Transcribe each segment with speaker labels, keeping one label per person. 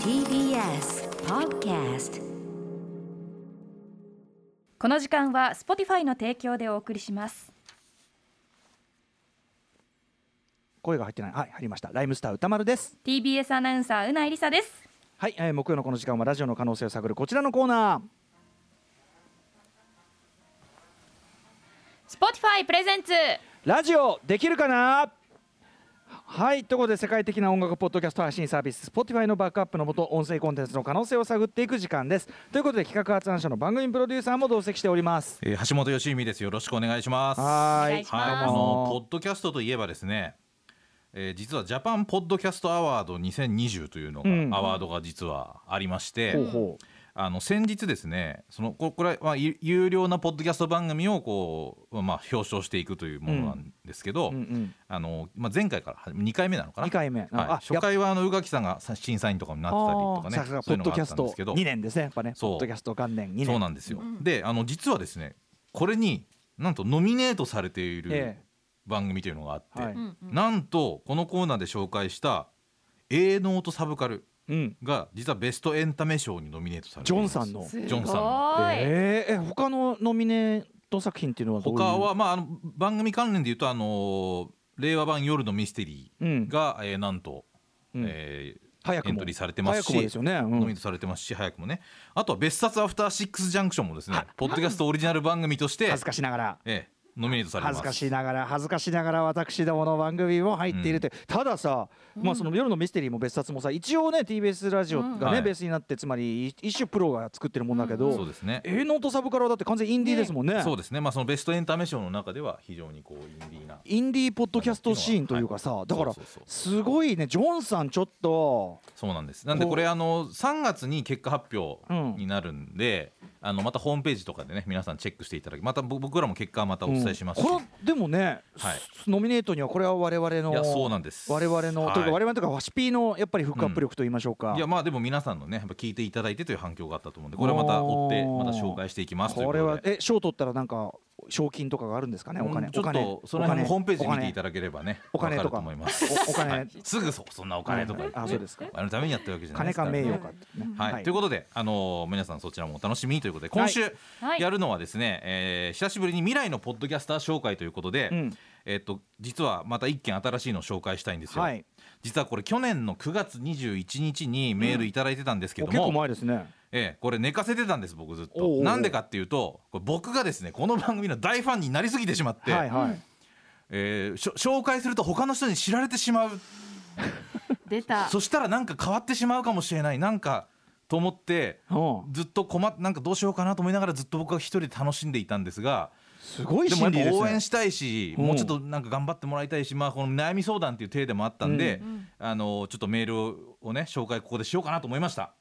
Speaker 1: TBS Podcast
Speaker 2: この時間は Spotify の提供でお送りします
Speaker 3: 声が入ってない。はい、入りました。ライムスター歌丸です。
Speaker 2: TBS アナウンサーうないりさです
Speaker 3: はい、えー木曜のこの時間はラジオの可能性を探るこちらのコーナー。
Speaker 2: Spotify プレゼンツ
Speaker 3: ラジオできるかなはいということで世界的な音楽ポッドキャスト配信サービス Spotify のバックアップのもと音声コンテンツの可能性を探っていく時間ですということで企画発案者の番組プロデューサーも同席しております
Speaker 4: えー橋本良美です。よろしくお願いします。
Speaker 3: はーい
Speaker 2: お願いします
Speaker 4: はい、あ
Speaker 3: どうも
Speaker 4: のポッドキャストといえばですね。えー実はジャパンポッドキャストアワード2020というのが、
Speaker 3: うん
Speaker 4: アワードが実はありまして、
Speaker 3: ほうほ
Speaker 4: あの先日ですねそのここれは、まあ、ゆ有料なポッドキャスト番組をこう、まあ、表彰していくというものなんですけど、
Speaker 3: う、うんうん、
Speaker 4: あのまあ、前回から2回目なのかな
Speaker 3: 2回目、
Speaker 4: はい、初
Speaker 3: やっぱ
Speaker 4: 回はあの宇垣さんが審査員とかになってたりとかね
Speaker 3: さすが
Speaker 4: そ
Speaker 3: ポ
Speaker 4: ういう
Speaker 3: ッ
Speaker 4: の
Speaker 3: ド
Speaker 4: が
Speaker 3: キ
Speaker 4: あ
Speaker 3: ャ
Speaker 4: っ
Speaker 3: ス
Speaker 4: たんで
Speaker 3: ト
Speaker 4: すけど
Speaker 3: 2年ですねやっぱね
Speaker 4: そう
Speaker 3: ポッドキャスト元年2年
Speaker 4: そうなんですよ、であの実はですねこれになんとノミネートされている
Speaker 3: え
Speaker 4: 番組というのがあって、
Speaker 3: はい
Speaker 4: なんとこのコーナーで紹介した「営農とサブカル
Speaker 3: うん」
Speaker 4: が実はベストエンタメ賞にノミネートされて
Speaker 3: ジョ
Speaker 4: いま
Speaker 3: ン
Speaker 4: す
Speaker 3: さんの
Speaker 2: すごい
Speaker 4: ジョンさん
Speaker 3: えー、え他のノミネート作品っていうのはどういう
Speaker 4: 他は、まあ、あの番組関連で言うとあの令和版「夜のミステリ
Speaker 3: うん
Speaker 4: ーが」えーなんと、
Speaker 3: うん
Speaker 4: えー
Speaker 3: 早くも
Speaker 4: エントリーされてますし
Speaker 3: 早くもですよね、うん
Speaker 4: ノミネートされてますし早くもねあとは「別冊アフターシックスジャンクション」もですねポッドキャストオリジナル番組として
Speaker 3: 恥ず、かしながら
Speaker 4: えーノミネートされて
Speaker 3: 恥
Speaker 4: ます
Speaker 3: ずかしながら恥ずかしながら私どもの番組も入っているという、たださ、まあその夜のミステリーも別冊もさ一応ね TBS ラジオがね、
Speaker 4: はい
Speaker 3: ベースになってつまり一種プロが作ってるもんだけど、
Speaker 4: そうですね
Speaker 3: えーノートサブからはだって完全インディーですもんね
Speaker 4: そうですね、まあ、そのベストエンタメ賞の中では非常にこうインディーな。
Speaker 3: インディーポッドキャストシーンというかさ、
Speaker 4: はい
Speaker 3: だから
Speaker 4: そうそうそう
Speaker 3: すごいねジョンさんちょっと
Speaker 4: そうなんです。なんで
Speaker 3: こう
Speaker 4: これあの3月に結果発表になるんで、あのまたホームページとかでね皆さんチェックしていただき、また僕僕らも結果はまたお伝えし
Speaker 3: うん
Speaker 4: ますし。
Speaker 3: これでもね、
Speaker 4: はい
Speaker 3: すノミネートにはこれは我々の
Speaker 4: いやそうなんです
Speaker 3: 我々の、
Speaker 4: はい
Speaker 3: というか我々というかワシピーのやっぱりフックアップ力と言いましょうか、
Speaker 4: いやまあでも皆さんのねやっぱ聞いていただいてという反響があったと思うんでこれはまた追って
Speaker 3: おー
Speaker 4: また紹介していきますという
Speaker 3: こ
Speaker 4: こ
Speaker 3: れ
Speaker 4: と
Speaker 3: は
Speaker 4: で。
Speaker 3: え賞取ったらなんか賞金とかがあるんですかねお金
Speaker 4: うんちょ
Speaker 3: お
Speaker 4: っ
Speaker 3: 金
Speaker 4: とその辺もホームページ見ていた
Speaker 3: だ
Speaker 4: だければね
Speaker 3: お金
Speaker 4: わ
Speaker 3: と
Speaker 4: か
Speaker 3: か
Speaker 4: ると思います。
Speaker 3: おお金
Speaker 4: はいすぐそそんなお金とか言って
Speaker 3: あそうですか
Speaker 4: あのためにやってるわけじゃない
Speaker 3: 金
Speaker 4: です
Speaker 3: か
Speaker 4: からね
Speaker 3: 名誉かってね
Speaker 4: はい、ということで、あのー皆さんそちらもお楽しみにということで今週
Speaker 2: はい
Speaker 4: やるのはですね、えー久しぶりに未来のポッドキャスター紹介ということで、
Speaker 3: うん
Speaker 4: えっと実はまた一件新しいのを紹介したいんですよ、
Speaker 3: はい
Speaker 4: 実はこれ去年の9月21日にメールいただいてたんですけ
Speaker 3: お
Speaker 4: ど
Speaker 3: 結
Speaker 4: も、
Speaker 3: 構前ですね
Speaker 4: ええこれ寝かせてたんです僕ずっ
Speaker 3: おうおうお
Speaker 4: と
Speaker 3: う
Speaker 4: なんでかっていうとこれ僕がですねこの番組の大ファンになりすぎてしまって、
Speaker 3: はいはい
Speaker 4: えーしょ紹介すると他の人に知られてしまう
Speaker 2: 出た
Speaker 4: そしたらなんか変わってしまうかもしれないなんかと思って
Speaker 3: うん
Speaker 4: ずっと困っなんかどうしようかなと思いながらずっと僕は一人で楽しんでいたんですが
Speaker 3: すごい
Speaker 4: でもや
Speaker 3: 心
Speaker 4: っ
Speaker 3: 理で
Speaker 4: ぱ
Speaker 3: す
Speaker 4: 応
Speaker 3: ね
Speaker 4: 援したいし、
Speaker 3: うん
Speaker 4: もうちょっとなんか頑張ってもらいたいし、まあ、この悩み相談っていう体でもあったんで、あのちょっとメールをね紹介ここでしようかなと思いました。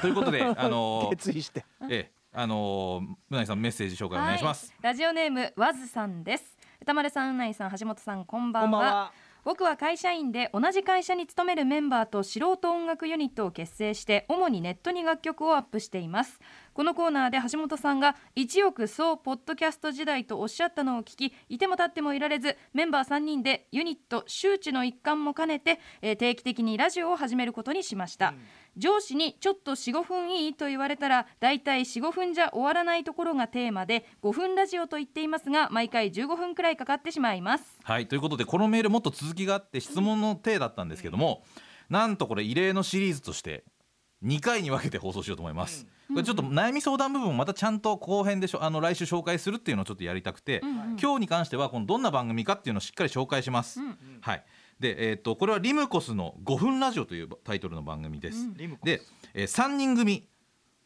Speaker 4: ということで あの、
Speaker 3: 決意して
Speaker 4: ええ、あの村井さんメッセージ紹介お願いします。
Speaker 2: ラジオネームわずさんです歌丸さんうないさん橋本さんこんばんは
Speaker 3: こんばんは
Speaker 2: 僕は会社員で同じ会社に勤めるメンバーと素人音楽ユニットを結成して主にネットに楽曲をアップしていますこのコーナーで橋本さんが一億総ポッドキャスト時代とおっしゃったのを聞きいても立ってもいられずメンバー3人でユニット周知の一環も兼ねて、えー定期的にラジオを始めることにしました、上司にちょっと45分いいと言われたらだいたい45分じゃ終わらないところがテーマで5分ラジオと言っていますが毎回15分くらいかかってしまいます
Speaker 4: はいということでこのメールもっと続きがあって質問の体だったんですけども、なんとこれ異例のシリーズとして2回に分けて放送しようと思います。これちょっと悩み相談部分をまたちゃんと後編でしょあの来週紹介するっていうのをちょっとやりたくて、今日に関してはこのどんな番組かっていうのをしっかり紹介します。はい。でえっとこれはリムコスの5分ラジオというタイトルの番組です。
Speaker 3: リムコス
Speaker 4: で、えー、3人組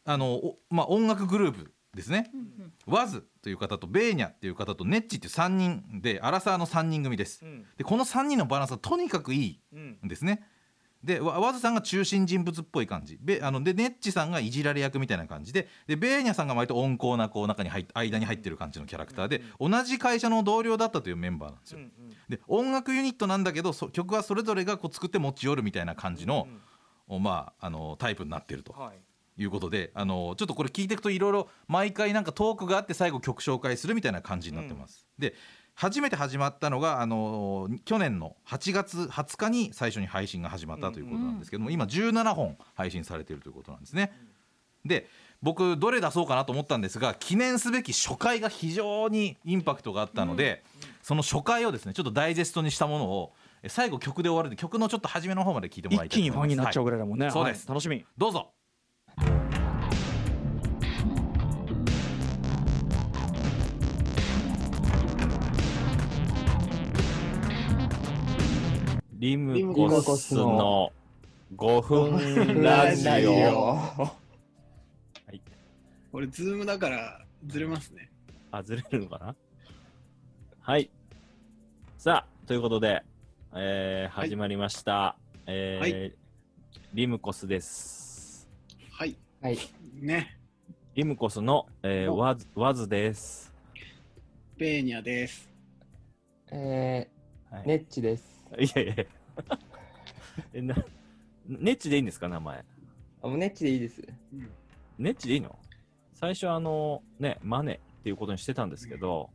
Speaker 4: あのおまあ音楽グループですね。ワズという方とベーニャっていう方とネッチっていう3人でアラサーの3人組です、
Speaker 3: うん
Speaker 4: でこの3人のバランスはとにかくいい
Speaker 3: うん
Speaker 4: んですねでわワズさんが中心人物っぽい感じベあのでネッチさんがいじられ役みたいな感じででベーニャさんが割と温厚なこう中に入っ間に入ってる感じのキャラクターで、同じ会社の同僚だったというメンバーなんですよ、で音楽ユニットなんだけどそ曲はそれぞれがこう作って持ち寄るみたいな感じの、おまあ、あのタイプになってると、
Speaker 3: はい
Speaker 4: いうことで、あのちょっとこれ聞いていくといろいろ毎回なんかトークがあって最後曲紹介するみたいな感じになってます。で初めて始まったのがあの去年の8月20日に最初に配信が始まったということなんですけども、今17本配信されているということなんですね。で僕どれ出そうかなと思ったんですが記念すべき初回が非常にインパクトがあったので、その初回をですねちょっとダイジェストにしたものをえ最後曲で終わるんで曲のちょっと初めの方まで聞いてもら
Speaker 3: 一
Speaker 4: いたい
Speaker 3: 気に
Speaker 4: と
Speaker 3: フ
Speaker 4: 思
Speaker 3: ァ
Speaker 4: います
Speaker 3: ンになっちゃうぐらいだもんね、
Speaker 4: はいそうです
Speaker 3: はい楽しみ
Speaker 4: どうぞ
Speaker 5: リム
Speaker 6: コ
Speaker 5: コ
Speaker 6: ス
Speaker 5: スの5分 ラ
Speaker 6: ラ
Speaker 5: ジ
Speaker 6: ジ
Speaker 5: オ。
Speaker 6: オ。
Speaker 5: い
Speaker 6: これ、ズームだから、ずれますね。
Speaker 5: あ、ずれるのかなはい。さあ、ということで、えー
Speaker 6: はい
Speaker 5: 始まりました。えー
Speaker 6: は
Speaker 5: リムコスです。
Speaker 6: はい。
Speaker 7: はい。
Speaker 6: ね。
Speaker 5: リムコスの、えー
Speaker 6: お
Speaker 5: ワズワズです。
Speaker 6: ペーニャです。
Speaker 7: え
Speaker 5: は
Speaker 7: ー、ネッチです。
Speaker 5: いやいやいや えなネッチでいいんですか、名前。
Speaker 7: あ、もうネッチでいいです。
Speaker 6: うん
Speaker 5: ネッチでいいの最初、あの、ね、マネっていうことにしてたんですけど、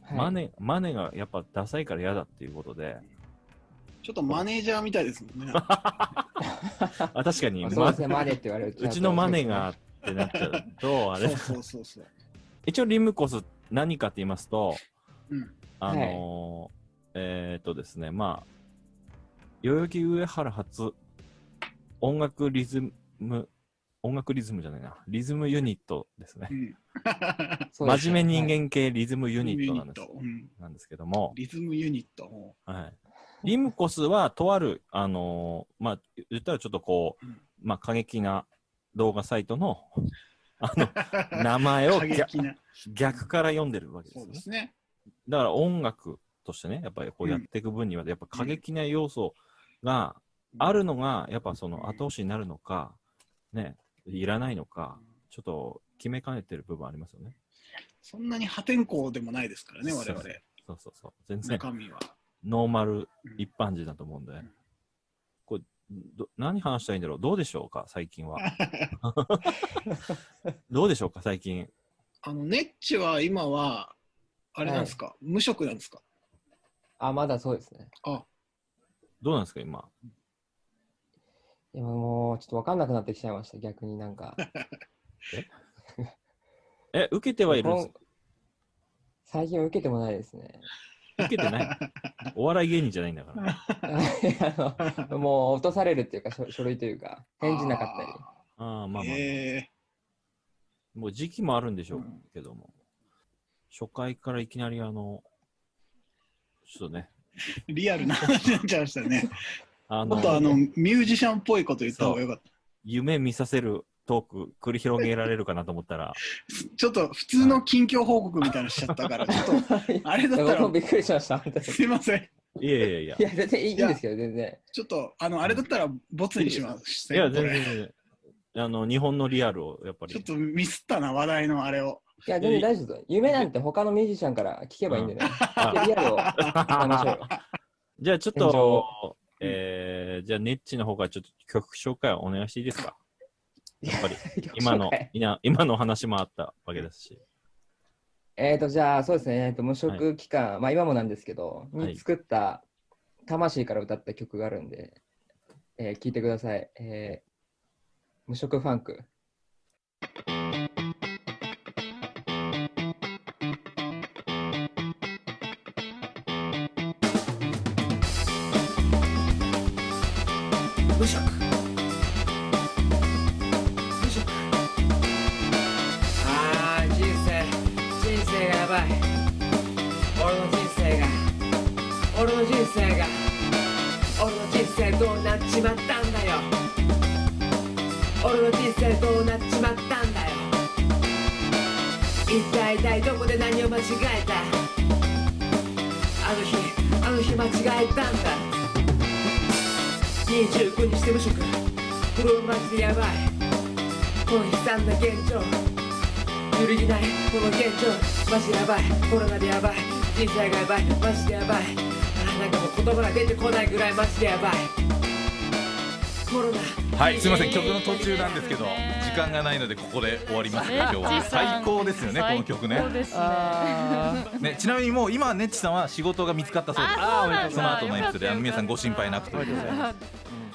Speaker 7: はい、
Speaker 5: マネ、マネがやっぱダサいから嫌だっていうことで、
Speaker 6: ちょっとマネージャーみたいですも んね。
Speaker 5: あ確かに、
Speaker 7: あそう
Speaker 5: マ
Speaker 7: ですね、マネって言われると
Speaker 5: うちのマネが。ってなっちゃう と、あ
Speaker 6: そう
Speaker 5: れ、
Speaker 6: そうそうそう。
Speaker 5: 一応リムコス何かって言いますと、
Speaker 6: うん。
Speaker 5: あのーえーっとですね、まあ、代々木上原初音楽リズム、音楽リズムじゃないな、リズムユニットですね
Speaker 6: う。ん。
Speaker 7: そうです
Speaker 5: 真
Speaker 7: ね
Speaker 5: 面目人間系リズムユニットなんです,、
Speaker 6: うん
Speaker 5: なんですけども、
Speaker 6: リズムユニット。
Speaker 5: はい、リムコスはとある、あのーまあ、言ったらちょっとこう
Speaker 6: うん、
Speaker 5: まあ、過激な動画サイトのあの 名前を
Speaker 6: 過
Speaker 5: 逆
Speaker 6: 激な。
Speaker 5: 逆から読んでるわけです
Speaker 6: そ
Speaker 5: よ
Speaker 6: う
Speaker 5: ね
Speaker 6: で。すね。
Speaker 5: だから音楽としてね、やっぱりこうやっていく分には、やっぱ過激な要素があるのが、やっぱその後押しになるのか、ね、いらないのか、ちょっと決めかねてる部分ありますよね。
Speaker 6: そんなに破天荒でもないですからね、我々
Speaker 5: そ。そうそうそう。全然
Speaker 6: 中身は。
Speaker 5: ノーマル
Speaker 6: うん
Speaker 5: 一般人だと思うんで。これど何話したらいいんだろうどうでしょうか最近 は。 どうでしょうか最近。
Speaker 6: あの、ネッチは今は、あれなんですか無職なんですか
Speaker 7: あ、まだそうですね。
Speaker 6: あ、
Speaker 5: どうなんですか今。
Speaker 7: 今もう、ちょっとわかんなくなってきちゃいました、逆になんか。
Speaker 5: え、受けてはいるんですか
Speaker 7: こん最近は受けてもないですね。
Speaker 5: 受けて ない。お笑い芸人じゃないんだから。
Speaker 7: あのもう落とされるっていうか、書書類というか、返事なかったり。
Speaker 5: ああ、まあまあ。
Speaker 6: え
Speaker 5: もう時期もあるんでしょう
Speaker 6: うん
Speaker 5: けども、初回からいきなりあの、ちょっとね、
Speaker 6: ーリアルな話になっちゃいましたね。
Speaker 5: あ
Speaker 6: も
Speaker 5: の、
Speaker 6: っとあの、ミュージシャンっぽいこと言った方がよかった。
Speaker 5: 夢見させるトーク繰り広げられるかなと思ったら、
Speaker 6: ちょっと普通の近況報告みたいなのしちゃったから、ちょっと、あれだっ
Speaker 7: 僕
Speaker 6: た
Speaker 7: も
Speaker 6: ら、
Speaker 7: びっくりしました、本当に
Speaker 6: すいません。
Speaker 5: いやいやいや、
Speaker 7: いや、全然いいいいんですけど、全然。
Speaker 6: ちょっと、あの、あれだったら、ボツにします。
Speaker 5: いや、
Speaker 6: こ
Speaker 5: 全
Speaker 6: れ
Speaker 5: 然全然、あの、日本のリアルをやっぱり、
Speaker 6: ちょっとミスったな、話題のあれを。
Speaker 7: いや、全然大丈夫です。夢なんて他のミュージシャンから聞けばいいんでね。
Speaker 5: あ
Speaker 7: リアルを聞きましょうよ。
Speaker 5: じゃあちょっ
Speaker 7: 現状
Speaker 5: と、えー、じゃあネッチの方からちょっと曲紹介をお願いしていいですかやっぱり、今 の、いな今の話もあったわけですし、
Speaker 7: えーと、じゃあ、そうですね、えーと無職期間、まあ今もなんですけど、
Speaker 5: はい
Speaker 7: に作った、魂から歌った曲があるんで、えー、聞いてください。えー無職ファンク。
Speaker 8: 無職無職あー人生人生がやばい俺の人生が俺の人生が俺の人生どうなっちまったんだよ俺の人生どうなっちまったんだよ一体一体どこで何を間違えたあの日あの日間違えたんだ25にして無職これはマジでやばいこの悲惨な現状揺るぎないこの現状マジでやばいコロナでやばい人生がやばいマジでやばいあーなんかもう言葉が出てこないぐらいマジでやばいコロナ
Speaker 4: はいすいません曲の途中なんですけど時間がないのでここで終わりますね今日は最高ですよねこの曲ね
Speaker 3: あー
Speaker 4: ねちなみにもう今ネッチさんは仕事が見つかったそうです
Speaker 3: あそうなんだ
Speaker 4: その後のエピソードであの皆さんご心配なくと
Speaker 3: おめ
Speaker 4: い
Speaker 3: でと
Speaker 4: う
Speaker 3: うございます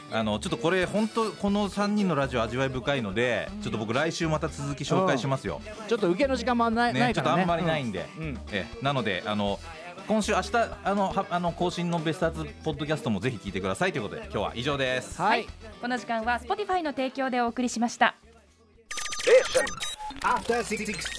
Speaker 4: あのちょっとこれ本当この3人のラジオ味わい深いのでちょっと僕来週また続き紹介しますよ、
Speaker 3: ちょっと受けの時間もない,、な
Speaker 4: ね、
Speaker 3: い
Speaker 4: ちょ
Speaker 3: か
Speaker 4: っと
Speaker 3: らね
Speaker 4: あんまりないんで、
Speaker 3: うんうん
Speaker 4: えなのであの今週明日あのはあの更新のベストアーツポッドキャストもぜひ聞いてくださいということで今日は以上です
Speaker 3: はい、
Speaker 2: この時間は Spotify の提供でお送りしました
Speaker 9: After Six